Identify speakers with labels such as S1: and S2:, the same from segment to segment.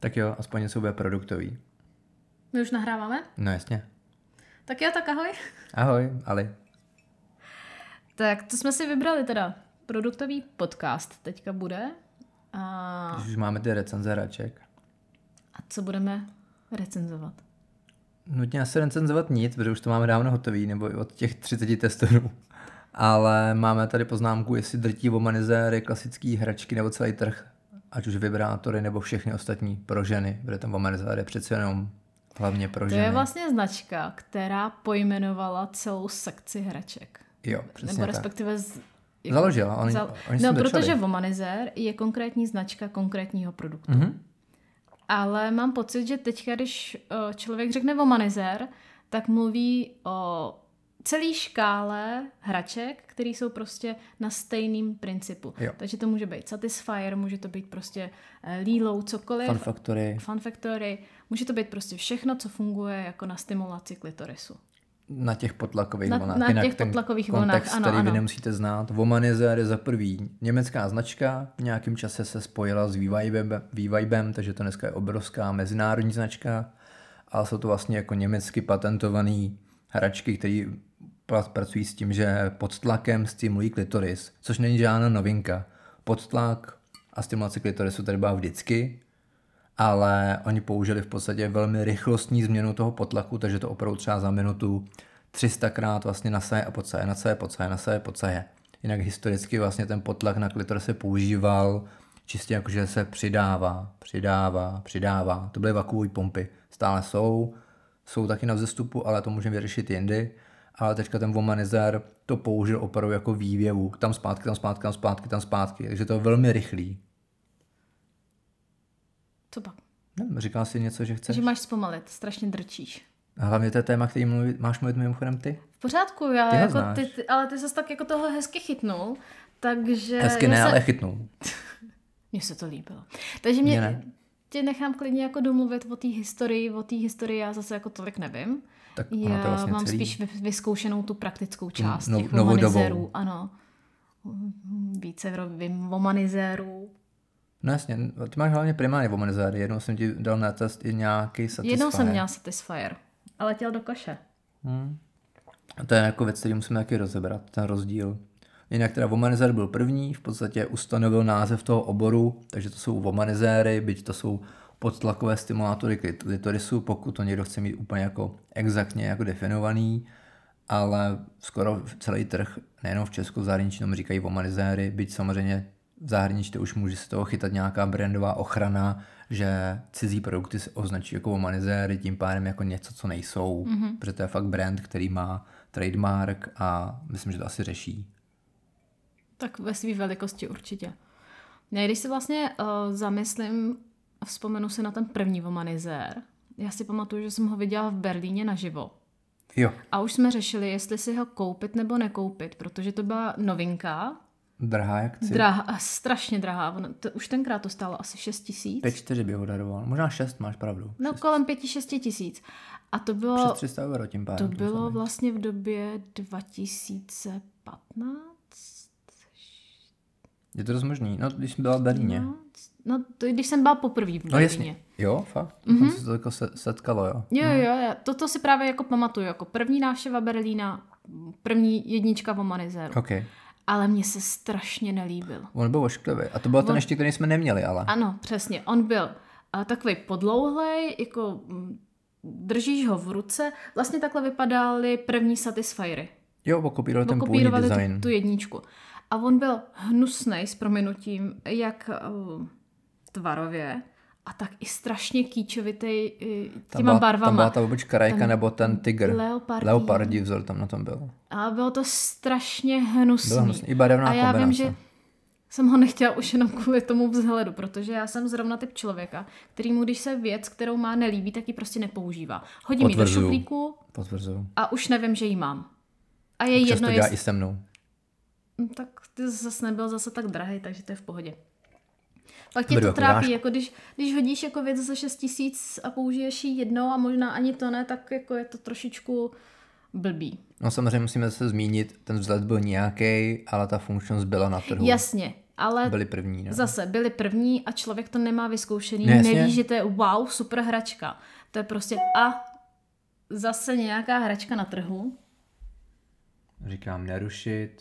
S1: Tak jo, aspoň něco bude produktový.
S2: My už nahráváme?
S1: No jasně.
S2: Tak jo, tak ahoj.
S1: Ahoj, Ali.
S2: Tak to jsme si vybrali teda. Produktový podcast teďka bude. A,
S1: Když už máme ty recenze hraček.
S2: a co budeme recenzovat?
S1: Nutně asi recenzovat nic, protože už to máme dávno hotový, nebo i od těch 30 testorů. Ale máme tady poznámku, jestli drtí vomanizéry, klasické hračky nebo celý trh, ať už vibrátory nebo všechny ostatní pro ženy, protože tam vomanizér je přece jenom hlavně pro
S2: To
S1: ženy.
S2: je vlastně značka, která pojmenovala celou sekci hraček.
S1: Jo, přesně
S2: Nebo
S1: tak.
S2: respektive... Z... jak-
S1: Založila, oni, oni se
S2: no,
S1: začali.
S2: protože Womanizer je konkrétní značka konkrétního produktu.
S1: Mhm.
S2: Ale mám pocit, že teďka, když eh, člověk řekne Womanizer, tak mluví o celý škále hraček, které jsou prostě na stejným principu.
S1: Jo.
S2: Takže to může být Satisfyer, může to být prostě eh, Lilo, cokoliv.
S1: Fun Factory.
S2: Fun Factory. Může to být prostě všechno, co funguje jako na stimulaci klitorisu.
S1: Na těch potlakových
S2: Na-
S1: vlnách.
S2: na
S1: Jinak
S2: těch
S1: ten
S2: potlakových
S1: kontext,
S2: vlnách, ano,
S1: který vy
S2: ano.
S1: nemusíte znát. Womanizer je za prvý německá značka, v nějakém čase se spojila s V-Vibem, V-Vibem, takže to dneska je obrovská mezinárodní značka. A jsou to vlastně jako německy patentované hračky, které pra- pracují s tím, že pod tlakem stimulují klitoris, což není žádná novinka. Podtlak a stimulace klitorisu tady byla vždycky, ale oni použili v podstatě velmi rychlostní změnu toho potlaku, takže to opravdu třeba za minutu 300krát vlastně nasaje a podsaje, nasaje, podsaje, nasaje, podsaje. Jinak historicky vlastně ten potlak na klitor se používal čistě jako, že se přidává, přidává, přidává. To byly vakuové pompy. Stále jsou, jsou taky na vzestupu, ale to můžeme vyřešit jindy. Ale teďka ten Womanizer to použil opravdu jako vývěvu. Tam zpátky, tam zpátky, tam zpátky, tam zpátky. Takže to je velmi rychlý.
S2: Co pak?
S1: Nevím, No, říkal jsi něco, že chceš?
S2: Takže máš zpomalit, strašně drčíš.
S1: A Hlavně to je téma, který mluvit, máš mluvit mimochodem ty.
S2: V pořádku, já
S1: Ty ho
S2: jako
S1: znáš.
S2: ty, ty, ale ty se tak jako toho hezky chytnul, takže...
S1: Hezky
S2: Eh, já
S1: ne,
S2: se,
S1: ale chytnul.
S2: Mně se to líbilo. Takže mě,
S1: Mně ne.
S2: tě nechám klidně jako domluvit o té historii, o té historii já zase jako tolik nevím.
S1: Tak ono to je
S2: já
S1: vlastně
S2: mám
S1: celý.
S2: spíš vy, vyzkoušenou tu praktickou část
S1: no-
S2: těch
S1: novodobou.
S2: womanizerů, ano. Mm, Více vím womanizerů.
S1: No jasně, ty máš hlavně primárně womanizáry. Jednou jsem ti dal na test i nějaký satisfyer.
S2: Jednou jsem měla Satisfyer, ale těl do koše.
S1: A to je jako věc, který musíme taky rozebrat, ten rozdíl. Jinak teda womanizer byl první, v podstatě ustanovil název toho oboru, takže to jsou womanizéry, byť to jsou podtlakové stimulátory klit- klitorisu, pokud to někdo chce mít úplně jako exaktně jako definovaný, ale skoro v- celý trh, nejenom v Česku, v zahraničí tomu říkají womanizéry, byť samozřejmě v zahraničí to už může se toho chytat nějaká brandová ochrana, že cizí produkty se označí jako womanizéry, tím pádem jako něco, co nejsou,
S2: Mhm.
S1: mm-hmm. protože to je fakt brand, který má trademark a myslím, že to asi řeší.
S2: Tak ve své velikosti určitě. Ne, když si vlastně uh, zamyslím, vzpomenu si na ten první Womanizér. Já si pamatuju, že jsem ho viděla v Berlíně naživo.
S1: Jo,
S2: A už jsme řešili, jestli si ho koupit nebo nekoupit, protože to byla novinka,
S1: drahá jak cizí.
S2: drahá, a strašně drahá. Ono, to, už tenkrát to stálo asi 6 tisíc.
S1: 5-4 by ho daroval, možná 6, máš pravdu.
S2: No kolem 5-6 tisíc. A to
S1: Přes
S2: bylo,
S1: 300 euro tím
S2: to
S1: pádem.
S2: bylo vlastně v době 2015.
S1: Je to dost možný, no když jsem byla v Berlíně. No,
S2: 15? No, to, když jsem byla poprvé v Berlíně. Mhm.
S1: no jasně, Mhm. jo, fakt, mm-hmm. se to jako se, setkalo, jo.
S2: Jo, jo, jo, toto si právě jako pamatuju, jako první návštěva Berlína, první jednička v Omanizeru.
S1: OK.
S2: Ale mně se strašně nelíbil.
S1: On byl ošklivý. A to byl ten ještě, který jsme neměli, ale.
S2: Ano, přesně, on byl a, takový podlouhlej, jako mm, držíš ho v ruce. Vlastně takhle vypadaly první Satisfyery.
S1: Jo, pokopíroval ten původní
S2: Kopírovali
S1: design.
S2: tu, tu jedničku. A on byl hnusnej s prominutím, jak uh, tvarově, a tak i strašně kýčovitý uh,
S1: Tam
S2: těma
S1: byla-
S2: barvama.
S1: Tam byla ta oblička rajka ten nebo ten tygr.
S2: leopardí.
S1: Leopardí vzor tam na tom byl.
S2: A bylo to strašně hnusný.
S1: Bylo hnusný. I barevná
S2: A já vím,
S1: kombinace.
S2: že jsem ho nechtěla už jenom kvůli tomu vzhledu, protože já jsem zrovna typ člověka, který mu, když se věc, kterou má, nelíbí, tak ji prostě nepoužívá. Hodím ji do
S1: Potvrzuju.
S2: šuplíku
S1: Potvrzuju.
S2: a už nevím, že ji mám. A je
S1: Často
S2: jedno,
S1: dělá
S2: jestli...
S1: i se mnou.
S2: No, Tak ty zase nebyl zase tak drahý, takže to je v pohodě. Pak tě
S1: Beru
S2: to
S1: jako
S2: trápí,
S1: urážku.
S2: jako když, když hodíš jako věc za 6 tisíc a použiješ ji jednou a možná ani to ne, tak jako je to trošičku blbý.
S1: No samozřejmě musíme se zmínit, ten vzhled byl nějaký, ale ta funkčnost byla na trhu.
S2: Jasně, ale
S1: Byli první, no.
S2: zase byli první a člověk to nemá vyzkoušený,
S1: No, jasně.
S2: neví, že to je wow, super hračka. To je prostě a zase nějaká hračka na trhu.
S1: Říkám nerušit.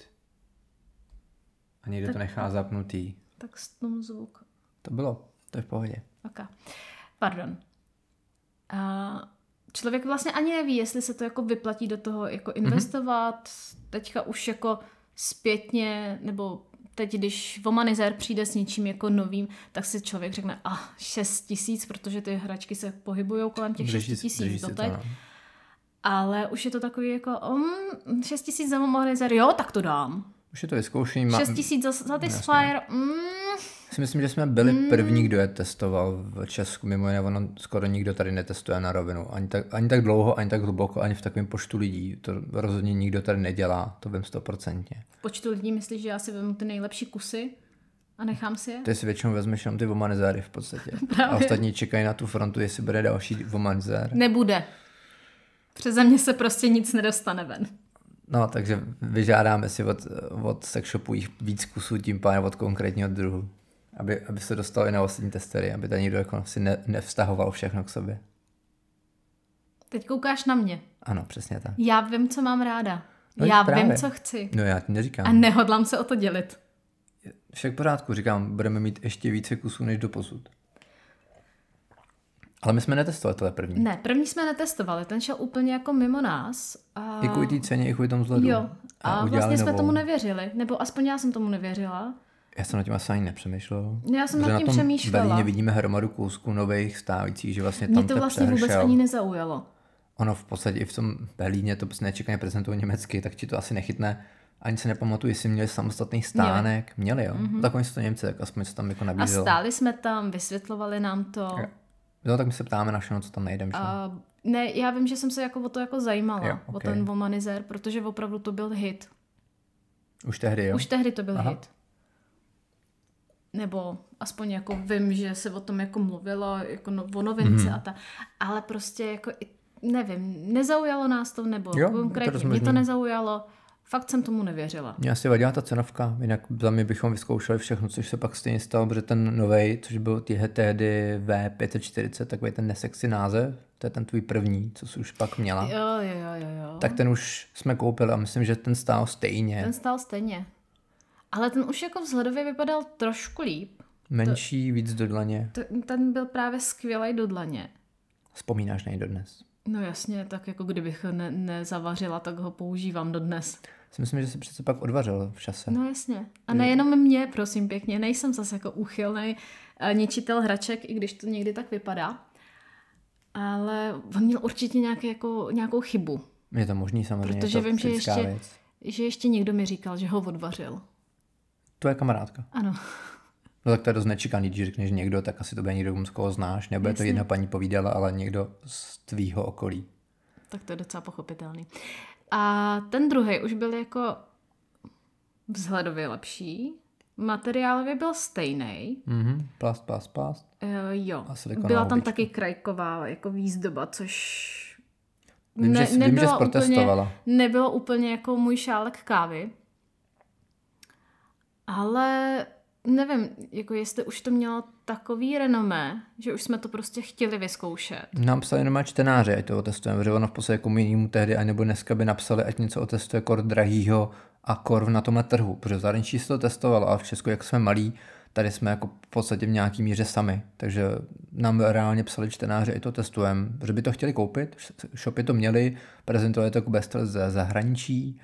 S1: A někde to nechá zapnutý.
S2: Tak s tom zvuk.
S1: To bylo, to je v pohodě.
S2: Ok. Pardon. A člověk vlastně ani neví, jestli se to jako vyplatí do toho jako
S1: Mhm.
S2: investovat. Mm-hmm. Teďka už jako zpětně, nebo teď, když Womanizer přijde s něčím jako novým, tak si člověk řekne, a ah, 6 tisíc, protože ty hračky se pohybují kolem těch 6
S1: Drží- drží
S2: tisíc
S1: si to,
S2: doteď.
S1: no.
S2: Ale už je to takový jako, um, 6 tisíc za Womanizer, jo, tak to dám.
S1: Už je to vyzkoušení. Ma-
S2: 6 tisíc za Satisfyer, mm,
S1: si myslím, že jsme byli první,
S2: Hmm.
S1: kdo je testoval v Česku. Mimo jiné, ono skoro nikdo tady netestuje na rovinu. Ani tak, ani tak dlouho, ani tak hluboko, ani v takovém počtu lidí. To rozhodně nikdo tady nedělá, to vím stoprocentně.
S2: počtu lidí myslíš, že já si vezmu ty nejlepší kusy a nechám si je?
S1: Ty si většinou vezmeš jenom ty vomanizáry v podstatě. A
S2: Právě.
S1: ostatní čekají na tu frontu, jestli bude další vomanizár.
S2: Nebude. Přeze mě se prostě nic nedostane ven.
S1: No, takže vyžádáme si od, od sexshopu jich víc kusů, tím pádem od konkrétního druhu. Aby, aby se dostalo i na ostatní testery, aby tady nikdo jako si ne, nevztahoval všechno k sobě.
S2: Teď koukáš na mě.
S1: Ano, přesně tak.
S2: Já vím, co mám ráda.
S1: No,
S2: já
S1: právě.
S2: vím, co chci.
S1: No já ti neříkám.
S2: A nehodlám se o to dělit.
S1: Však v pořádku, říkám, budeme mít ještě více kusů než do posud. Ale my jsme netestovali tohle první.
S2: Ne, první jsme netestovali, ten šel úplně jako mimo nás. A...
S1: I kvůli té ceně, i kvůli tomu vzhledu.
S2: No. Jo, a, a
S1: udělali
S2: vlastně jsme
S1: novou.
S2: tomu nevěřili. Nebo aspoň já jsem tomu nevěřila.
S1: Já jsem nad tím asi ani nepřemýšlel.
S2: Já jsem nad
S1: Protože na
S2: tím
S1: tom
S2: přemýšlela.
S1: Berlíně vidíme hromadu kousků nových stávajících, že vlastně
S2: Mě
S1: tam
S2: to vlastně vůbec
S1: přehršel.
S2: ani nezaujalo.
S1: Ono v podstatě i v tom Berlíně to prostě nečekaně prezentují německy, tak ti to asi nechytne. Ani se nepamatuju, jestli měli samostatný stánek. Měli, jo. Mm-hmm. Tak oni jsou to Němci, tak aspoň se tam jako
S2: Mhm. A
S1: nabízelo.
S2: stáli jsme tam, vysvětlovali nám to.
S1: No tak my se ptáme na všechno, co tam najdeme. A...
S2: A ne, já vím, že jsem se jako o to jako zajímala,
S1: Jo,
S2: jo,
S1: ok.
S2: o ten Womanizer, protože opravdu to byl hit.
S1: Už tehdy, jo.
S2: Už tehdy to byl
S1: Aha.
S2: Aha. hit. Nebo aspoň jako vím, že se o tom jako mluvilo, jako no, o novince
S1: Mhm.
S2: a ta, ale prostě jako i, nevím, nezaujalo nás to, nebo
S1: Jo, je
S2: jo,
S1: to
S2: konkrétně mě
S1: rozumný.
S2: to nezaujalo, fakt jsem tomu nevěřila.
S1: Mně asi vadila ta cenovka, jinak za mě bychom vyzkoušeli všechno, což se pak stejně stalo, protože ten novej, což byl tyhle tehdy V540, takový ten nesexy název, to je ten tvůj první, co jsi už pak měla,
S2: Jo, jo, jo, jo, jo.
S1: tak ten už jsme koupili a myslím, že ten stál stejně.
S2: Ten stál stejně. Ale ten už jako vzhledově vypadal trošku líp.
S1: Menší, víc do dlaně.
S2: Ten, ten byl právě skvělej do dlaně.
S1: Vzpomínáš na něj dodnes.
S2: No jasně, tak jako kdybych ho ne, nezavařila, tak ho používám dodnes.
S1: Si myslím, že se přece pak odvařil v čase.
S2: No jasně. A nejenom mě, prosím pěkně, nejsem zase jako úchylný eh, ničitel hraček, i když to někdy tak vypadá. Ale on měl určitě nějaký, jako, nějakou chybu.
S1: Je to možný samozřejmě,
S2: Protože
S1: je to
S2: vím, že
S1: fyzická
S2: ještě-
S1: věc.
S2: Že ještě někdo mi říkal, že ho odvařil.
S1: To je kamarádka.
S2: Ano.
S1: No tak to je dost nečekaný, když řekneš někdo, tak asi to bude někdo, z koho znáš. Nebude to
S2: Jasně.
S1: jedna paní povídala, ale někdo z tvýho okolí.
S2: Tak to je docela pochopitelný. A ten druhý už byl jako vzhledově lepší. Materiálově byl stejný.
S1: Mhm, plast, plast, plast.
S2: jo.
S1: A silikonová
S2: Byla tam
S1: hubička.
S2: taky krajková jako výzdoba, což
S1: Vím, že, jsi- vím, že jsi
S2: nebyla
S1: protestovala. Úplně...
S2: nebylo úplně jako můj šálek kávy. Ale nevím, jako jestli už to mělo takový renomé, že už jsme to prostě chtěli vyzkoušet.
S1: Nám psali jenom čtenáři, ať to otestujeme, protože ono v podstatě komu jinému tehdy, anebo dneska by napsali, ať něco otestuje kor drahýho a kor na tomhle trhu, protože v zahraničí se to testovalo a v Česku, jak jsme malí, tady jsme jako v podstatě v nějaký míře sami, takže nám reálně psali čtenáři, i to testujeme, protože by to chtěli koupit, š- shopy to měli, prezentovali to jako best ze zahraničí,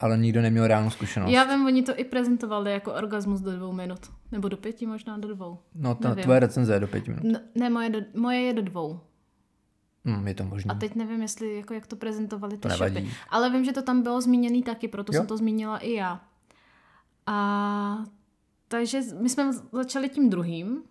S1: ale nikdo neměl reálnou zkušenost.
S2: Já vím, oni to i prezentovali jako orgasmus do dvou minut. Nebo do pěti, možná do dvou.
S1: no, ta,
S2: nevím.
S1: tvoje recenze je do pěti minut.
S2: N- ne, moje, do, moje je do dvou.
S1: Hm, je to možné.
S2: A teď nevím, jestli jako jak to prezentovali ty
S1: nevadí.
S2: shopy. Ale vím, že to tam bylo zmíněný taky, proto
S1: Jo.
S2: jo. jsem to zmínila i já. A takže my jsme začali tím druhým,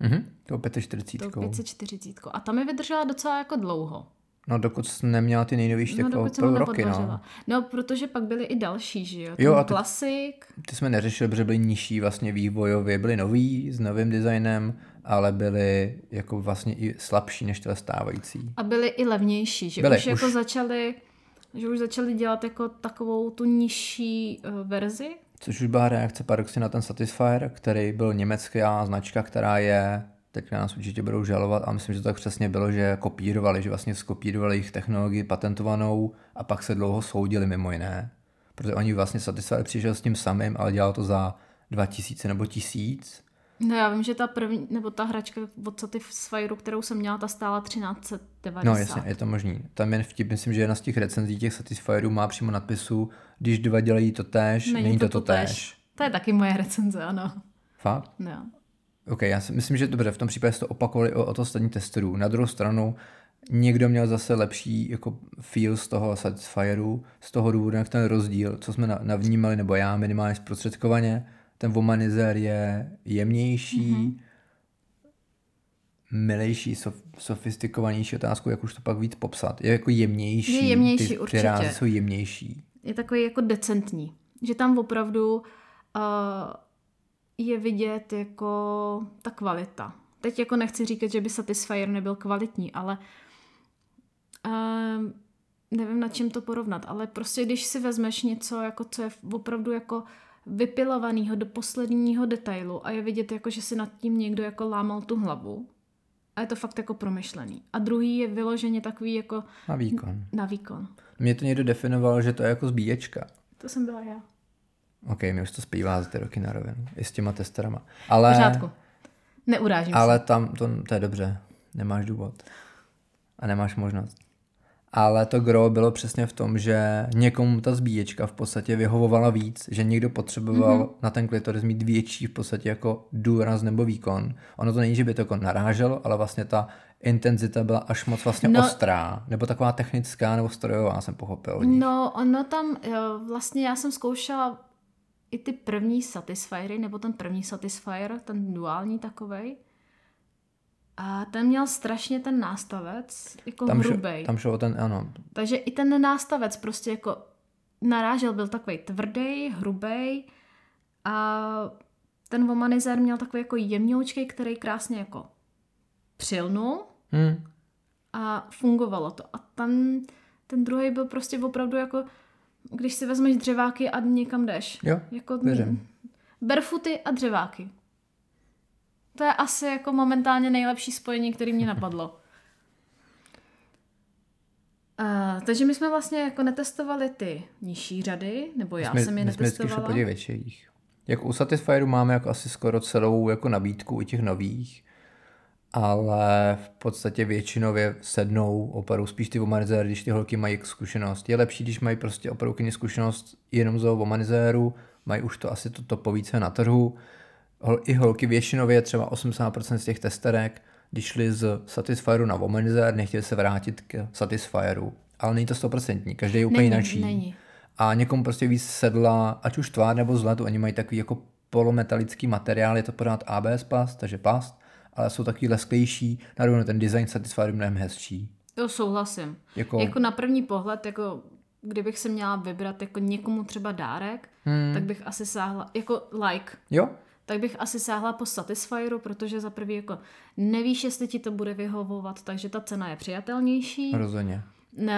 S1: Mhm, to 45.
S2: Tou 540. A ta mi vydržela docela jako dlouho.
S1: No dokud jsi neměla ty nejnovější,
S2: No,
S1: tak
S2: dokud jsem
S1: no,
S2: ho
S1: roky, no.
S2: nepodvařila. No. protože pak byly i další, že jo?
S1: Jo,
S2: jo
S1: a
S2: a
S1: ty-
S2: klasik.
S1: Ty jsme neřešili, protože byly nižší vlastně vývojově, byly nový s novým designem, ale byly jako vlastně i slabší než tyhle stávající.
S2: A byly i levnější, že
S1: Byly,
S2: už, jako
S1: už-
S2: začaly že už začali dělat jako takovou tu nižší eh, verzi,
S1: Což už byla reakce paradoxně na ten Satisfyer, který byl německá značka, která je, teď nás určitě budou žalovat, a myslím, že to tak přesně bylo, že kopírovali, že vlastně skopírovali jejich technologii patentovanou a pak se dlouho soudili mimo jiné. Protože oni vlastně Satisfyer přišel s tím samým, ale dělal to za 2000 nebo 1000.
S2: No já vím, že ta první, nebo ta hračka od Satisfyeru, kterou jsem měla, ta stála 1390.
S1: No jasně, je to možný. Tam jen vtip, myslím, že jedna z těch recenzí těch Satisfyerů má přímo nadpisu, když dva dělají to též, není, není to to
S2: totéž.
S1: též.
S2: To je taky moje recenze, ano.
S1: Fakt?
S2: No.
S1: OK, já si myslím, že dobře, v tom případě se to opakovali o, od ostatních testerů. Na druhou stranu, někdo měl zase lepší jako feel z toho Satisfyeru, z toho důvodu, jak ten rozdíl, co jsme na- navnímali, nebo já minimálně zprostředkovaně, ten Womanizer je jemnější,
S2: Mhm.
S1: mm-hmm. milejší, sof- sofistikovanější otázku, jak už to pak víc popsat. Je jako jemnější.
S2: Je jemnější,
S1: ty, ty
S2: určitě.
S1: rázy jsou jemnější.
S2: Je takový jako decentní. Že tam opravdu uh, je vidět jako ta kvalita. Teď jako nechci říkat, že by Satisfyer nebyl kvalitní, ale um, nevím, na čím to porovnat, ale prostě když si vezmeš něco, jako co je opravdu jako vypilovanýho do posledního detailu a je vidět, jako, že si nad tím někdo jako lámal tu hlavu a je to fakt jako promyšlený. A druhý je vyloženě takový jako
S1: Na výkon.
S2: na výkon.
S1: Mě to někdo definoval, že to je jako zbíječka.
S2: To jsem byla já.
S1: OK, mi už to zpívá za ty roky na rovinu. I s těma testerama. Ale...
S2: pořádku. Neurážím ale...
S1: Ale tam, to, to je dobře, nemáš důvod. A nemáš možnost. Ale to gro bylo přesně v tom, že někomu ta zbíječka v podstatě vyhovovala víc, že někdo potřeboval
S2: Mhm.
S1: mm-hmm. na ten klitoris mít větší v podstatě jako důraz nebo výkon. Ono to není, že by to jako naráželo, ale vlastně ta intenzita byla až moc vlastně no,
S2: No-
S1: ostrá, nebo taková technická nebo strojová, jsem pochopil. od
S2: se.
S1: nich.
S2: No, ono tam, jo, vlastně já jsem zkoušela i ty první Satisfyery, nebo ten první Satisfyer, ten duální takovej. A ten měl strašně ten nástavec, jako
S1: tam, šlo,
S2: hrubej.
S1: tam šlo o ten, ano,
S2: Takže i ten nástavec prostě jako narážel, byl takový tvrdý, hrubý a ten womanizer měl takový jako jemňoučkej, který krásně jako přilnul
S1: hm,
S2: a fungovalo to. A tam ten druhý byl prostě opravdu jako, když si vezmeš dřeváky a někam jdeš.
S1: jo,
S2: Jako
S1: věřím.
S2: barefooty a dřeváky. To je asi jako momentálně nejlepší spojení, které mě napadlo. Uh, takže my jsme vlastně jako netestovali ty nižší řady, nebo Jako já
S1: my,
S2: jsem je
S1: my jsme vždycky šli
S2: netestovala.
S1: po těch větších. Jak u Satisfyeru máme jako asi skoro celou jako nabídku i těch nových, ale v podstatě většinově sednou opravdu spíš ty womanizery, když ty holky mají jako zkušenost. Je lepší, když mají prostě opravdu kyně zkušenost jenom z toho womanizeru, mají už to asi to topovíce na trhu. Hol- I holky většinově, třeba 80% z těch testerek, když šli z Satisfyeru na womanizer, nechtěli se vrátit k Satisfyeru. Ale není to 100%, každý je úplně
S2: Není,
S1: jinak
S2: není.
S1: a někomu prostě víc sedla, ať už tvár nebo zlat, oni mají takový jako polometalický materiál, je to pořád ABS past, takže past, ale jsou takový lesklejší, na rovinu ten design Satisfyer je mnohem hezčí.
S2: Jo, souhlasím.
S1: Jako,
S2: Jako na první pohled, jako kdybych se měla vybrat jako někomu třeba dárek,
S1: Hmm.
S2: hmm. tak bych asi sáhla, jako like,
S1: Jo,
S2: tak bych asi sáhla po Satisfyeru, protože za prvý jako nevíš, jestli ti to bude vyhovovat, takže ta cena je přijatelnější.
S1: rozhodně.
S2: No,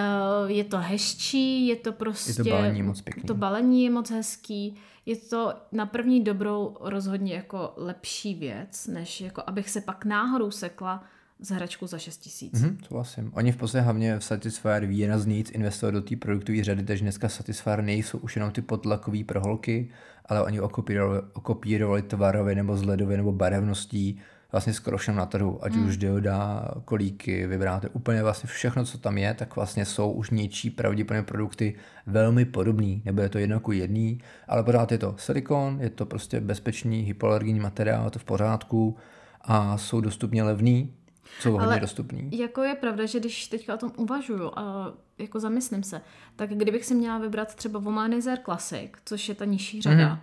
S2: je to hezčí, je to
S1: Je
S2: prostě...
S1: to balení moc pěkný.
S2: To balení je moc hezký, je to na první dobrou rozhodně jako lepší věc, než jako abych se pak náhodou sekla z hračku za 6 tisíc.
S1: Mhm, souhlasím. Oni v podstatě hlavně v Satisfyer výrazně nic investovali do té produktové řady, takže dneska Satisfyer nejsou už jenom ty potlakový proholky, ale oni okopírovali, okopírovali tvarově nebo zledově nebo barevností vlastně skoro všem na trhu, ať mm. už dioda, kolíky, vibrátory, úplně vlastně všechno, co tam je, tak vlastně jsou už něčí pravděpodobně produkty velmi podobný, nebo je to jedno ku jedný, ale pořád je to silikon, je to prostě bezpečný hypoalergenní materiál, je to v pořádku a jsou dostupně levný, jsou hodně
S2: Ale-
S1: dostupný.
S2: Jako je pravda, že když teďka o tom uvažuju a jako zamyslím se, tak kdybych si měla vybrat třeba Womanizer Classic, což je ta nižší řada,
S1: Mhm.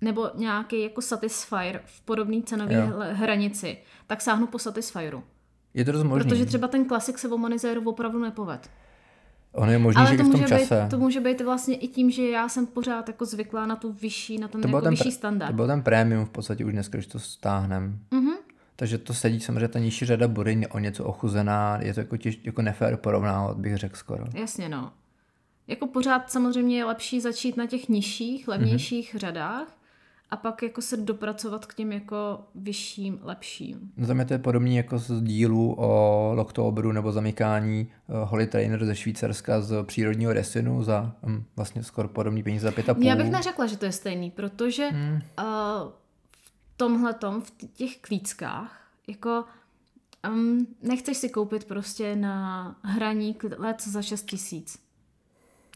S2: nebo nějaký jako Satisfyer v podobné
S1: Jo.
S2: cenové hl- hranici, tak sáhnu po Satisfyeru.
S1: Je to dost možný.
S2: Protože třeba ten klasik se Womanizeru opravdu nepoved.
S1: Ono je možný,
S2: Ale
S1: že
S2: to
S1: i v tom
S2: může,
S1: čase.
S2: být, to může být vlastně i tím, že já jsem pořád jako zvyklá na tu vyšší, na ten
S1: To
S2: to
S1: byl
S2: jako
S1: ten
S2: ten vyšší
S1: pr-
S2: standard.
S1: To byl ten prémium v podstatě už dneska, když to stáhneme.
S2: Mhm.
S1: Takže to sedí samozřejmě, ta nižší řada bude o něco ochuzená, je to jako, těž, jako nefér porovnávat, bych řekl skoro.
S2: Jasně, no. Jako pořád samozřejmě je lepší začít na těch nižších, levnějších mm-hmm. řadách a pak jako se dopracovat k těm jako vyšším, lepším.
S1: No tam je to je podobný jako z dílu o Loktobru nebo zamykání uh, Holy Trainer ze Švýcarska z přírodního resinu za um, vlastně skoro podobný peníze za pět a půl.
S2: Já bych neřekla, že to je stejný, protože
S1: Hm.
S2: hmm. uh, v tomhletom, v t- těch klíckách, jako um, nechceš si koupit prostě na hraní let za 6 tisíc.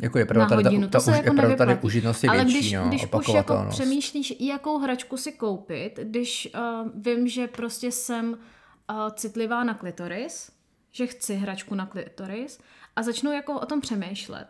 S1: Jako je
S2: na
S1: pravda, tady
S2: hodinu.
S1: ta,
S2: to se
S1: ta, už,
S2: jako
S1: je pravda tady
S2: nevyplatí.
S1: užitnost je
S2: Ale
S1: větší,
S2: když,
S1: no,
S2: když už jako
S1: opakovatelnost.
S2: přemýšlíš, jakou hračku si koupit, když uh, vím, že prostě jsem uh, citlivá na klitoris, že chci hračku na klitoris a začnu jako o tom přemýšlet,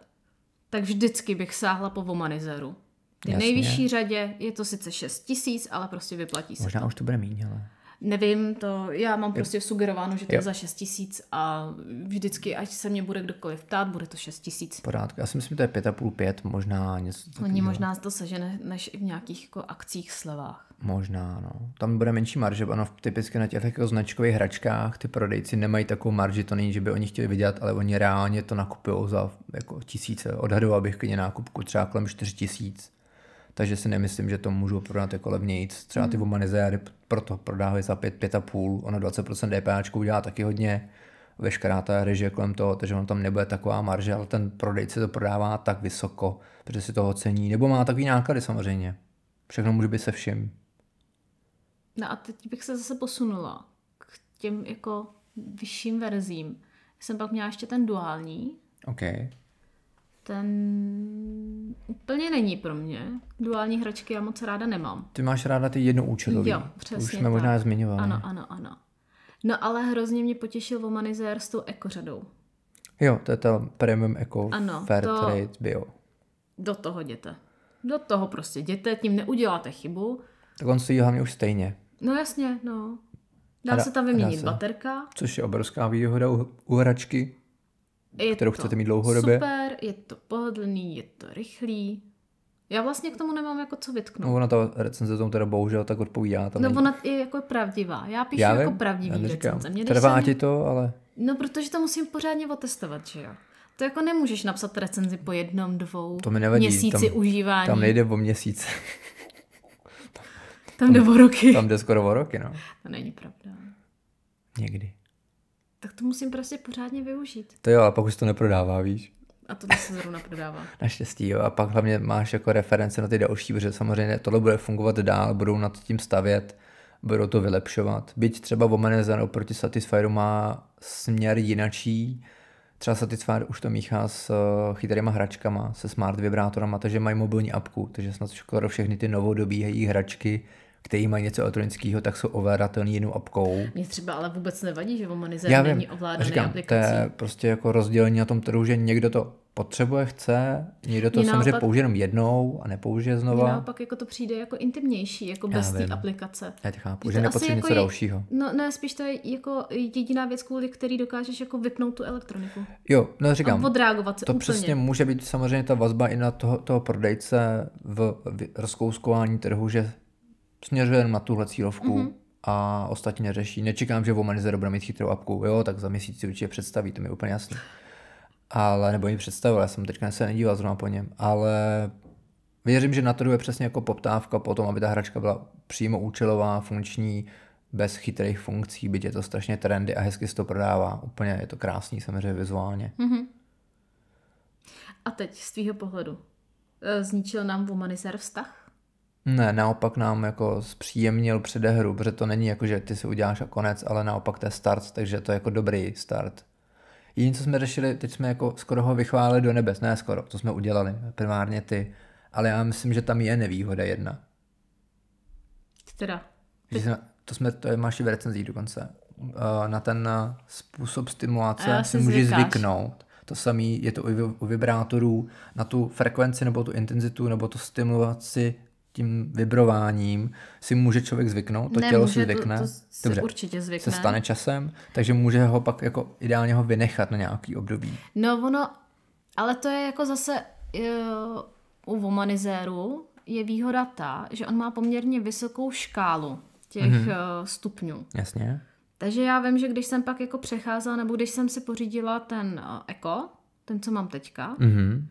S2: tak vždycky bych sáhla po vomanizeru. V té
S1: Jasně.
S2: nejvyšší řadě je to sice 6 tisíc, ale prostě vyplatí se.
S1: Možná už to bude míň, ale...
S2: Nevím, to já mám prostě sugerováno, že to
S1: Jo.
S2: je za 6 tisíc a vždycky, ať se mě bude kdokoliv ptát, bude to 6 tisíc.
S1: V pořádku. Já si myslím, že to je pět a půl, pět, možná něco takového.
S2: Oni možná to sežene než i v nějakých jako akcích, slevách.
S1: Možná, no. Tam bude menší marže, ano, typicky na těch jako značkových hračkách ty prodejci nemají takovou marži, to není, že by oni chtěli vydělat, ale oni reálně to nakupují za jako tisíce, odhadoval bych klidně nákupku třeba kolem 4 tisíc. Takže si nemyslím, že to můžu prodat jako levnějc. Třeba ty humanizéry proto prodávají za 5, 5,5, ono 20% DPH udělá taky hodně, veškerá ta režie kolem toho, takže ono tam nebude taková marže, ale ten prodejce to prodává tak vysoko, protože si toho cení, nebo má takový náklady samozřejmě. Všechno může být se vším.
S2: No a teď bych se zase posunula k těm jako vyšším verzím. Jsem pak měla ještě ten duální.
S1: OK.
S2: Ten úplně není pro mě. Duální hračky já moc ráda nemám.
S1: Ty máš ráda ty jednoúčelový.
S2: Jo,
S1: To Už
S2: přesně
S1: jsme možná
S2: tak.
S1: zmiňovali.
S2: Ano, ano, ano. No ale hrozně mě potěšil Womanizer s tou ekořadou.
S1: Jo, to je ta premium eco
S2: Ano,
S1: fair
S2: to-
S1: trade bio.
S2: Do toho jděte. Do toho prostě jděte, tím neuděláte chybu.
S1: Tak on stojí hlavně už stejně,
S2: No jasně, no. Dá
S1: A dá-
S2: se tam
S1: a dá
S2: vyměnit
S1: se.
S2: baterka.
S1: což je obrovská výhoda u, u hračky.
S2: Je
S1: kterou
S2: to
S1: chcete mít dlouhodobě.
S2: Super, je to pohodlný, je to rychlý. Já vlastně k tomu nemám jako co
S1: No
S2: vytknout.
S1: ona ta recenze tomu teda bohužel tak odpovídá. Tam
S2: No,
S1: není-
S2: ona je jako pravdivá. Já píšu
S1: já
S2: jako
S1: vím, já
S2: pravdivý
S1: neříkám.
S2: recenze. Mě, když
S1: Trvá
S2: jsem-
S1: ti to, ale
S2: No, protože to musím pořádně otestovat, že jo. To jako nemůžeš napsat recenzi po jednom, dvou
S1: To mi nevadí,
S2: měsíci
S1: tam-
S2: užívání.
S1: tam nejde o měsíc.
S2: tam jde o roky.
S1: tam jde skoro o roky, no.
S2: To není pravda.
S1: Někdy.
S2: Tak to musím prostě pořádně využít.
S1: To jo, ale pak už to neprodává, víš.
S2: A tohle se zrovna prodává.
S1: Naštěstí, jo. A pak hlavně máš jako reference na ty další, protože samozřejmě tohle bude fungovat dál, budou nad tím stavět, budou to vylepšovat. Byť třeba Womanizer oproti Satisfyeru má směr jinačí, třeba Satisfyer už to míchá s eh, chytrýma hračkama, se smart vibrátorama, takže mají mobilní apku, takže snad skoro všechny ty novodobíhají hračky, které mají něco elektronického, tak jsou ovladatelné jinou apkou.
S2: Mně třeba ale vůbec nevadí, že Womanizer
S1: Já
S2: není
S1: vím,
S2: ovládaný
S1: říkám, to
S2: aplikací.
S1: je prostě jako rozdělení na tom trhu, že někdo to potřebuje, chce, někdo to
S2: Mně
S1: samozřejmě
S2: naopak-
S1: použije jenom jednou a nepoužije
S2: Mně
S1: znova.
S2: naopak jako to přijde jako intimnější, jako bez té
S1: vím.
S2: aplikace.
S1: Já tě chápu,
S2: Že
S1: že
S2: to asi
S1: nepotřebuje
S2: jako
S1: něco
S2: je-
S1: dalšího.
S2: No ne, spíš to je jako jediná věc, kvůli který dokážeš jako vypnout tu elektroniku.
S1: Jo, no
S2: A
S1: říkám,
S2: odreagovat se
S1: to
S2: úplně.
S1: přesně může být samozřejmě ta vazba i na toho, toho prodejce v, v rozkouskování trhu, že směřuje jenom na tuhle cílovku mm-hmm. a ostatní neřeší. Nečekám, že Womanizer bude mít chytrou apku, jo, tak za měsíc si určitě představí, to mi je úplně jasné. Ale, nebo ji představil, já jsem teďka se nedíval zrovna po něm, ale věřím, že na trhu je přesně jako poptávka po tom, aby ta hračka byla přímo účelová, funkční, bez chytrých funkcí, byť je to strašně trendy a hezky se to prodává. Úplně je to krásný samozřejmě vizuálně.
S2: A teď z tvýho pohledu. E, Zničil nám Womanizer vztah?
S1: Ne, naopak nám jako zpříjemnil předehru, protože to není jako, že ty si uděláš a konec, ale naopak to je start, takže to je jako dobrý start. Jediné, co jsme řešili, teď jsme jako skoro ho vychválili do nebes, ne skoro, to jsme udělali, primárně ty, ale já myslím, že tam je nevýhoda jedna.
S2: Teda,
S1: Že jsme, to jsme, to je máš i v recenzích dokonce. Uh, Na ten uh, způsob
S2: A
S1: stimulace
S2: já
S1: si
S2: si
S1: můžeš
S2: zvykáš.
S1: zvyknout. To samé je to u vi- u vibrátorů, na tu frekvenci nebo tu intenzitu nebo tu stimulaci tím vibrováním si může člověk zvyknout, to tělo si
S2: nemůže,
S1: zvykne.
S2: To, to si
S1: Dobře,
S2: určitě
S1: se
S2: zvykne.
S1: stane časem, takže může ho pak jako ideálně ho vynechat na nějaký období.
S2: No ono, ale to je jako zase jo, u Womanizéru je výhoda ta, že on má poměrně vysokou škálu těch
S1: Mhm.
S2: mm-hmm. stupňů.
S1: Jasně?
S2: Takže já vím, že když jsem pak jako přecházela, nebo když jsem si pořídila ten eh, Eko, ten, co mám teďka,
S1: Mhm.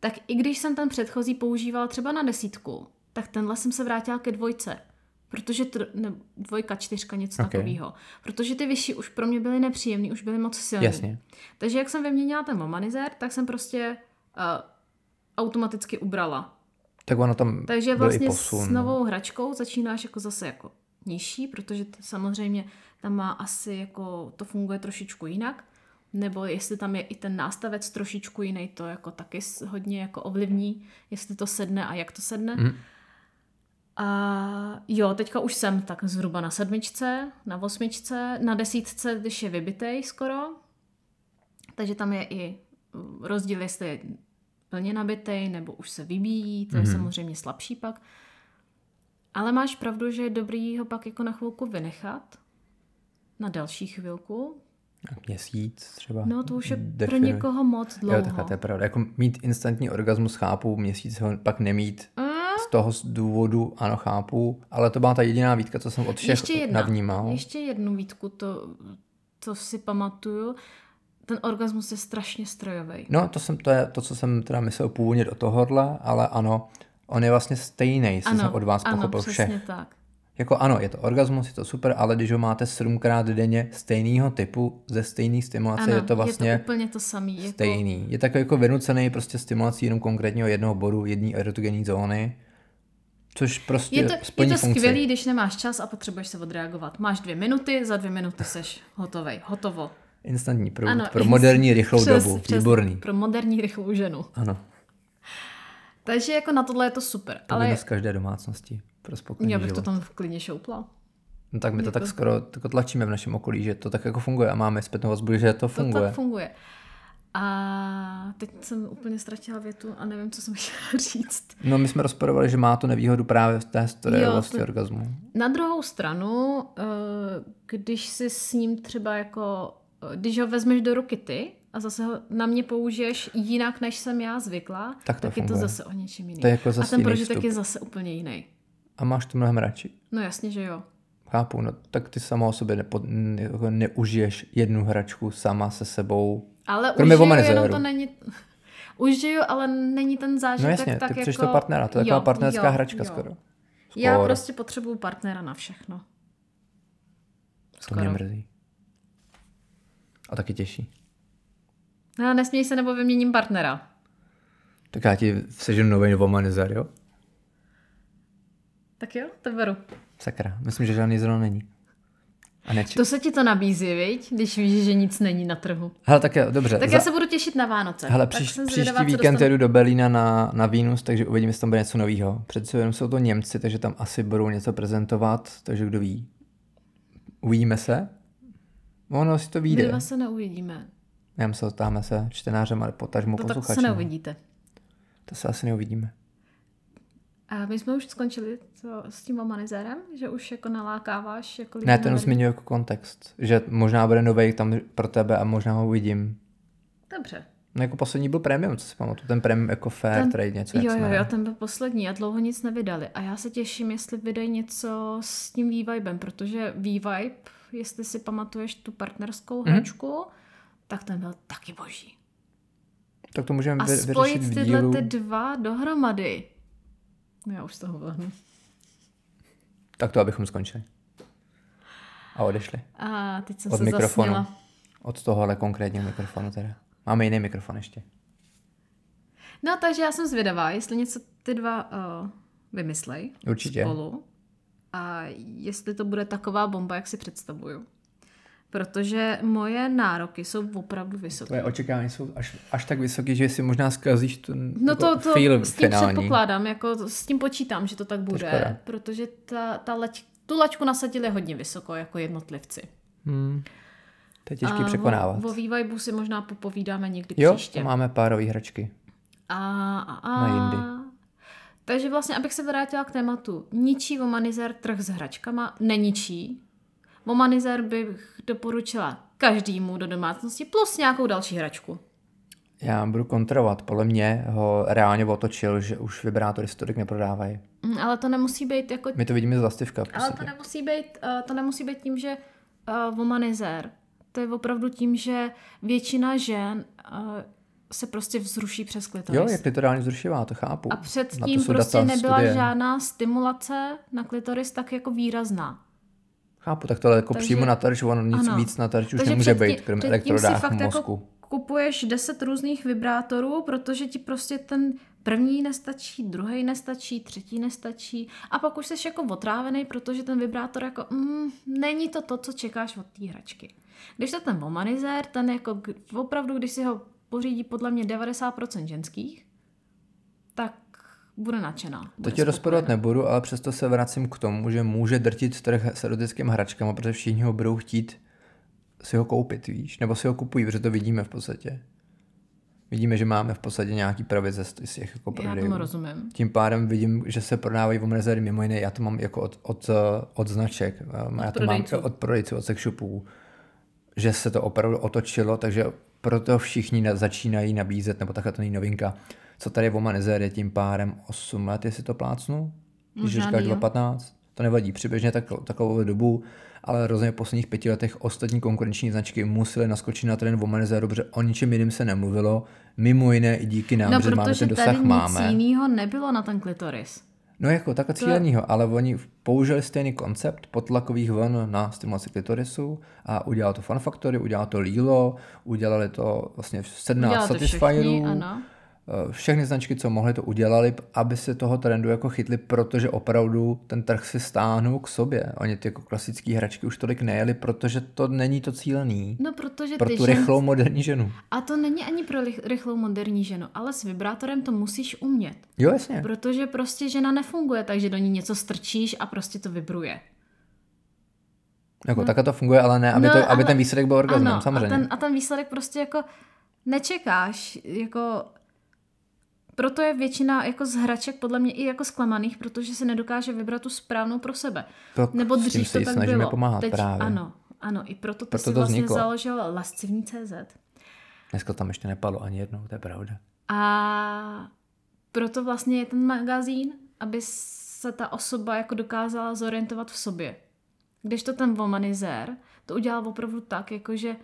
S2: tak i když jsem ten předchozí používala třeba na desítku, tak tenhle jsem se vrátila ke dvojce. Protože tr- ne, dvojka, čtyřka, něco
S1: Ok.
S2: okay. takového. Protože ty vyšší už pro mě byly nepříjemný, už byly moc silný.
S1: Jasně.
S2: Takže jak jsem vyměnila ten Womanizer, tak jsem prostě uh, automaticky ubrala.
S1: Tak ono tam
S2: Takže
S1: byl i
S2: vlastně
S1: posun. no.
S2: s novou hračkou začínáš jako zase jako nižší, protože t- samozřejmě tam má asi jako to funguje trošičku jinak, nebo jestli tam je i ten nástavec trošičku jiný, to jako taky s- hodně jako ovlivní, jestli to sedne a jak to sedne.
S1: Mhm.
S2: A jo, teďka už jsem tak zhruba na sedmičce, na osmičce, na desítce, když je vybitej skoro. Takže tam je i mm, rozdíl, jestli je plně nabitej nebo už se vybíjí, to je
S1: Mhm.
S2: samozřejmě slabší pak. Ale máš pravdu, že je dobrý ho pak jako na chvilku vynechat, na další chvilku.
S1: Tak Měsíc třeba.
S2: No to už je pro
S1: definuje.
S2: někoho moc
S1: Jo,
S2: dlouho.
S1: takhle to je pravda. Jako mít instantní orgasmus chápu, měsíc ho pak nemít.
S2: Mm,
S1: Z toho z důvodu ano chápu, ale to byla ta jediná výtka, co jsem od všech
S2: Ještě jedna.
S1: navnímal.
S2: Ještě jednu výtku, to, co si pamatuju, ten orgasmus je strašně strojový.
S1: No, to, jsem, to je to, co jsem teda myslel původně do tohohle, ale ano, on je vlastně stejný, jestli jsem od vás
S2: ano,
S1: pochopil
S2: přesně
S1: všech.
S2: tak.
S1: Jako ano, je to orgasmus, je to super, ale když ho máte sedmkrát denně stejného typu, ze stejné stimulace,
S2: Ano,
S1: je to vlastně
S2: je to úplně to samé. Jako,
S1: stejný. Je takový jako vynucený prostě stimulací jenom konkrétního jednoho bodu, jedné erotogenní zóny, což prostě
S2: je to,
S1: splní
S2: je to
S1: funkci.
S2: skvělý, když nemáš čas a potřebuješ se odreagovat. Máš dvě minuty, za dvě minuty seš hotovej, hotovo.
S1: Instantní produkt
S2: Ano,
S1: pro moderní rychlou
S2: přes-
S1: dobu.
S2: přes-
S1: Výborný.
S2: Pro moderní rychlou ženu.
S1: Ano,
S2: Takže jako na tohle je to super.
S1: to
S2: ale
S1: ale... z každé domácnosti pro spokojený
S2: já bych to
S1: život.
S2: tam jako- klidně šoupla.
S1: No tak my to tak skoro tak tlačíme v našem okolí, že to tak jako funguje a máme zpětnou vazbu, že to
S2: To
S1: funguje.
S2: tak funguje. A teď jsem úplně ztratila větu a nevím, co jsem chtěla říct.
S1: no my jsme rozporovali, že má to nevýhodu právě v té strojovosti
S2: to-
S1: orgasmu.
S2: Na druhou stranu, eh, když si s ním třeba jako, eh, když ho vezmeš do ruky ty a zase ho na mě použiješ jinak, než jsem já zvykla,
S1: Tak to
S2: tak je to
S1: funguje.
S2: zase o něčem jiným.
S1: To je jako zase
S2: a ten
S1: jiný
S2: prožitek
S1: vstup.
S2: je zase úplně jiný.
S1: A máš to mnohem radši.
S2: No jasně, že jo.
S1: Chápu, no tak ty sama o sobě nepo, ne, jako neužiješ jednu hračku sama se sebou.
S2: Ale
S1: Kromě
S2: už žiju,
S1: Womanizeru.
S2: jenom to není... Už žiju, ale není ten zážitek
S1: No jasně,
S2: tak
S1: ty
S2: jako...
S1: přeš to partnera, to je taková partnerská hračka skoro.
S2: Já
S1: Skoro.
S2: prostě potřebuju partnera na všechno.
S1: To mě
S2: Skoro.
S1: mrzí. A taky těší.
S2: No, nesměj se, nebo vyměním partnera.
S1: Tak já ti seženu nový womanizer, jo?
S2: Tak jo, to beru.
S1: Sakra, myslím, že žádný zrovna není. A neč... to...
S2: To se ti to nabízí, viď? Když víš, že nic není na trhu.
S1: Hele, tak je, dobře.
S2: Tak já se budu těšit na Vánoce.
S1: Hele,
S2: Tak
S1: příš,
S2: jsem zvědavá,
S1: příští
S2: co
S1: víkend
S2: dostanu.
S1: jedu do Berlína na, na Venus, takže uvidím, jestli tam bude něco nového. Přece jenom jsou to Němci, takže tam asi budou něco prezentovat, takže kdo ví. Uvidíme se? Ono si to
S2: My
S1: vyjde.
S2: dva se neuvidíme.
S1: Já myslím, zeptáme se čtenářem, ale potažmo
S2: To tak
S1: posluchačům.
S2: se neuvidíte.
S1: To se asi neuvidíme.
S2: A my jsme už skončili to s tím omanizérem, že už jako nalákáváš jako lidi
S1: Ne,
S2: na
S1: ten
S2: Berlín.
S1: zmiňuji jako kontext, že možná bude nový tam pro tebe a možná ho uvidím.
S2: Dobře.
S1: No jako poslední byl premium, co si pamatuju, ten premium jako fair
S2: Ten-
S1: trade, něco jak
S2: Jo,
S1: se
S2: jo,
S1: jmenuje.
S2: jo, ten byl poslední a dlouho nic nevydali. A já se těším, jestli vydají něco s tím V-Vibem, protože V-Vibe, jestli si pamatuješ tu partnerskou
S1: Mhm.
S2: hračku, tak ten byl taky boží.
S1: Tak to můžeme
S2: A
S1: vy, vyřešit
S2: spojit
S1: v
S2: tyhle
S1: dílu.
S2: ty dva dohromady. No já už z toho vlhnu.
S1: Tak to, abychom skončili. A odešli.
S2: A teď jsem
S1: Od
S2: se
S1: mikrofonu.
S2: zasněla.
S1: Od tohohle konkrétního mikrofonu teda. Máme jiný mikrofon ještě.
S2: No takže já jsem zvědavá, jestli něco ty dva uh, vymyslej
S1: Určitě.
S2: spolu. A jestli to bude taková bomba, jak si představuju. Protože moje nároky jsou opravdu vysoké.
S1: Tvoje očekávání jsou až, až tak vysoké, že si možná zkazíš ten
S2: No to,
S1: jako
S2: to
S1: feel
S2: s tím
S1: finální.
S2: předpokládám, jako to- s tím počítám, že to tak
S1: škoda.
S2: bude, protože ta, ta lať, tu laťku nasadili hodně vysoko jako jednotlivci.
S1: Hmm. To je těžký
S2: A
S1: překonávat.
S2: O, o vývajbu si možná popovídáme někdy
S1: jo,
S2: příště.
S1: to máme párové hračky.
S2: A, a, a.
S1: Na jindy.
S2: Takže vlastně, abych se vrátila k tématu, ničí Womanizer trh s hračkama? Neničí. Womanizer bych doporučila každému do domácnosti plus nějakou další hračku.
S1: Já budu kontrolovat. Podle mě ho reálně otočil, že už vibrátory se tolik neprodávají.
S2: Mm, Ale to nemusí být jako...
S1: My to vidíme z lastivka. v
S2: Ale
S1: podstatě.
S2: to nemusí být, eh, to nemusí být tím, že uh, Womanizer. To je opravdu tím, že většina žen eh, se prostě vzruší přes klitoris.
S1: Jo, je klitorálně vzrušivá, to chápu.
S2: A
S1: Na to
S2: předtím
S1: jsou
S2: prostě
S1: data,
S2: nebyla
S1: studie.
S2: žádná stimulace na klitoris tak jako výrazná.
S1: Chápu, tak tohle jako
S2: Takže-
S1: přímo na terč, ono nic
S2: ano.
S1: víc na terč už nemůže
S2: předtím-
S1: být, kromě
S2: předtím si
S1: elektrodách
S2: fakt
S1: mozku.
S2: Jako kupuješ 10 různých vibrátorů, protože ti prostě ten první nestačí, druhý nestačí, třetí nestačí a pak už jsi jako otrávený, protože ten vibrátor jako mm, není to to, co čekáš od té hračky. Když to ten womanizer, ten jako k- opravdu, když si ho pořídí podle mě 90% ženských, tak bude nadšená.
S1: To
S2: bude
S1: tě rozporovat
S2: spokojená.
S1: nebudu, ale přesto se vracím k tomu, že může drtit trh s erotickými hračkami, protože všichni ho budou chtít si ho koupit, víš? Nebo si ho kupují, protože to vidíme v podstatě. Vidíme, že máme v podstatě nějaký pravice z z těch jako
S2: Já tomu
S1: prodejů.
S2: rozumím.
S1: Tím pádem vidím, že se prodávají omrezery mimo jiné. Já to mám jako od, od, eh, od značek, eh, já to mám
S2: prodejců.
S1: od prodejců, od sex shopů, že se to opravdu otočilo, takže proto všichni na- začínají nabízet, nebo takhle to není novinka. Co tady omanizer je tím pádem 8 let, jestli to plácnu? Když
S2: Možná
S1: říkáš
S2: díl.
S1: 2015, to nevadí, přibližně tak, takovou dobu, ale rozhodně v posledních pěti letech ostatní konkurenční značky musely naskočit na trend omanizeru, protože o ničem jiném se nemluvilo, mimo jiné i díky nám,
S2: No,
S1: že máme
S2: protože
S1: ten
S2: tady
S1: dosah
S2: nic
S1: máme.
S2: jiného nebylo na ten klitoris.
S1: No jako tak cílenýho, ale oni v- použili stejný koncept potlakových vln na stimulaci klitorisu a udělal to Fun Factory, udělal to Lilo, udělali to vlastně 17
S2: Dělá to všichni,
S1: Satisfierů.
S2: ano.
S1: Eh, Všechny značky, co mohly, to udělali, aby se toho trendu jako chytli, protože opravdu ten trh si stáhnul k sobě. Oni ty jako klasické hračky už tolik nejeli, protože to není to cílený.
S2: No, protože
S1: Pro
S2: ty
S1: tu
S2: žen...
S1: rychlou moderní ženu.
S2: A to není ani pro lich- rychlou moderní ženu, ale s vibrátorem to musíš umět.
S1: Jo, jasně.
S2: Protože prostě žena nefunguje, takže do ní něco strčíš a prostě to vibruje.
S1: Jako, takhle to funguje, ale ne, aby,
S2: No,
S1: to, aby
S2: ale-
S1: ten výsledek byl orgasmem,
S2: ano,
S1: samozřejmě.
S2: A ten, a ten výsledek prostě jako nečekáš, jako proto je většina jako z hraček podle mě i jako zklamaných, protože si nedokáže vybrat tu správnou pro sebe.
S1: To
S2: Nebo
S1: s tím
S2: dřív
S1: se
S2: to
S1: jí
S2: tak
S1: snažíme
S2: bylo.
S1: pomáhat
S2: Teď,
S1: právě.
S2: Ano, ano, i proto ty
S1: Proto
S2: jsi
S1: to
S2: vlastně
S1: vzniklo.
S2: založil lascivní CZ.
S1: Dneska tam ještě nepadlo ani jednou, to je pravda.
S2: A proto vlastně je ten magazín, aby se ta osoba jako dokázala zorientovat v sobě. Když to ten womanizer to udělal opravdu tak, jakože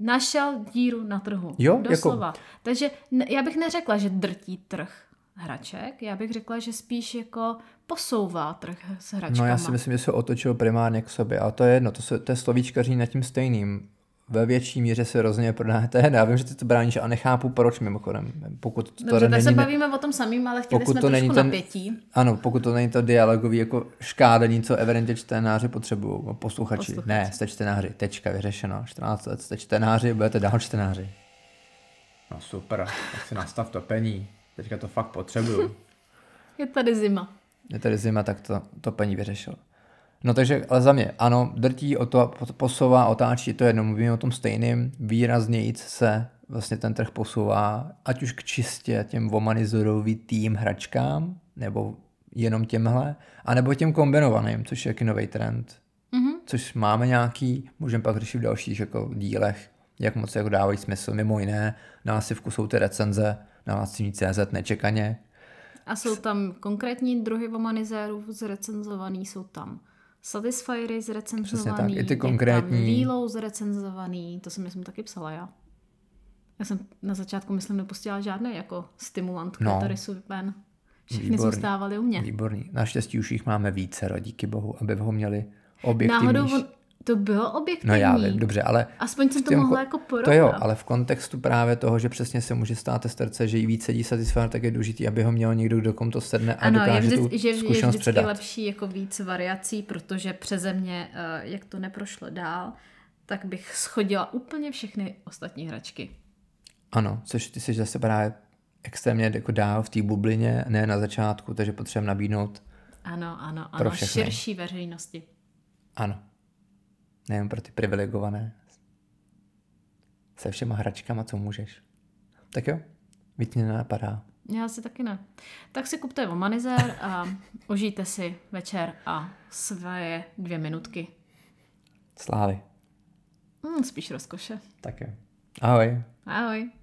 S2: našel díru na trhu.
S1: Jo, jako-
S2: doslova. Takže ne, já bych neřekla, že drtí trh hraček, já bych řekla, že spíš jako posouvá trh s hračkama.
S1: No já si myslím, že se otočil primárně k sobě, ale to je jedno, to, se, to je slovíčkaří nad tím stejným. Ve větší míře se rozhodně prodáte. Já vím, že ty to bráníš a nechápu proč mimochodem. Pokud to
S2: Dobře, tak
S1: není,
S2: se
S1: ne-
S2: bavíme o tom samým, ale chtěli
S1: pokud
S2: jsme
S1: to
S2: trošku
S1: není
S2: ten...
S1: ten-
S2: napětí.
S1: Ano, pokud to není to dialogový jako škádení, co evidentně čtenáři potřebují. No, Posluchači.
S2: Posluchači.
S1: Ne, jste čtenáři. Tečka, vyřešeno. 14 let jste čtenáři, budete dál čtenáři. No super, tak si nastav topení. Teďka to fakt potřebuju.
S2: Je tady zima.
S1: je tady zima, tak to, to paní vyřešil. No takže, ale za mě, ano, drtí, o to, posouvá, otáčí, to je jedno, mluvíme o tom stejným, výraznějíc se vlastně ten trh posouvá, ať už k čistě těm vomanizorovitým hračkám, nebo jenom těmhle, anebo těm kombinovaným, což je jaký nový trend,
S2: Mhm.
S1: což máme nějaký, můžeme pak řešit v dalších jako dílech, jak moc jako dávají smysl. Mimo jiné, na lasivku jsou ty recenze, na lasivní CZ nečekaně,
S2: A jsou tam konkrétní druhy vomanizérů zrecenzovaný, jsou tam Satisfiery zrecenzovaný,
S1: tak, i ty
S2: je
S1: konkrétní.
S2: tam Lilo zrecenzovaný, to jsem, myslím, taky psala já. Já jsem na začátku, myslím, nepustila žádné jako stimulant
S1: No.
S2: klitorisu ven. Všechny
S1: Výborný.
S2: zůstávaly u mě.
S1: Výborný. Naštěstí už jich máme více, díky bohu, aby ho měli
S2: Náhodou
S1: objektivnější.
S2: on, to bylo
S1: No
S2: objektivní.
S1: já vím, dobře, ale
S2: Aspoň jsem
S1: v
S2: to
S1: tom
S2: mohla
S1: ko-
S2: jako
S1: to
S2: porovnat.
S1: jo, ale v kontextu právě toho, že přesně se může stát testerce, že jí víc sedí satisfier, tak je důležitý, aby ho měl někdo, kdo kom to sedne a
S2: Ano, je,
S1: dokáže
S2: vždy,
S1: tu
S2: že je
S1: zkušenost
S2: vždycky
S1: předat.
S2: lepší jako víc variací, protože přeze mě, eh, jak to neprošlo dál, tak bych schodila úplně všechny ostatní hračky.
S1: Ano, což ty jsi zase právě extrémně jako dál v té bublině, ne na začátku, takže potřebujeme nabídnout,
S2: Ano, ano,
S1: Pro
S2: ano,
S1: všechny.
S2: širší veřejnosti.
S1: ano, nejen pro ty privilegované, se všema hračkama, co můžeš. Tak jo, víc mě nenapadá.
S2: Já si taky ne. Tak si kupte Womanizer a užijte si večer a své dvě minutky.
S1: Slávy.
S2: Hmm, spíš rozkoše.
S1: Tak jo. Ahoj.
S2: Ahoj.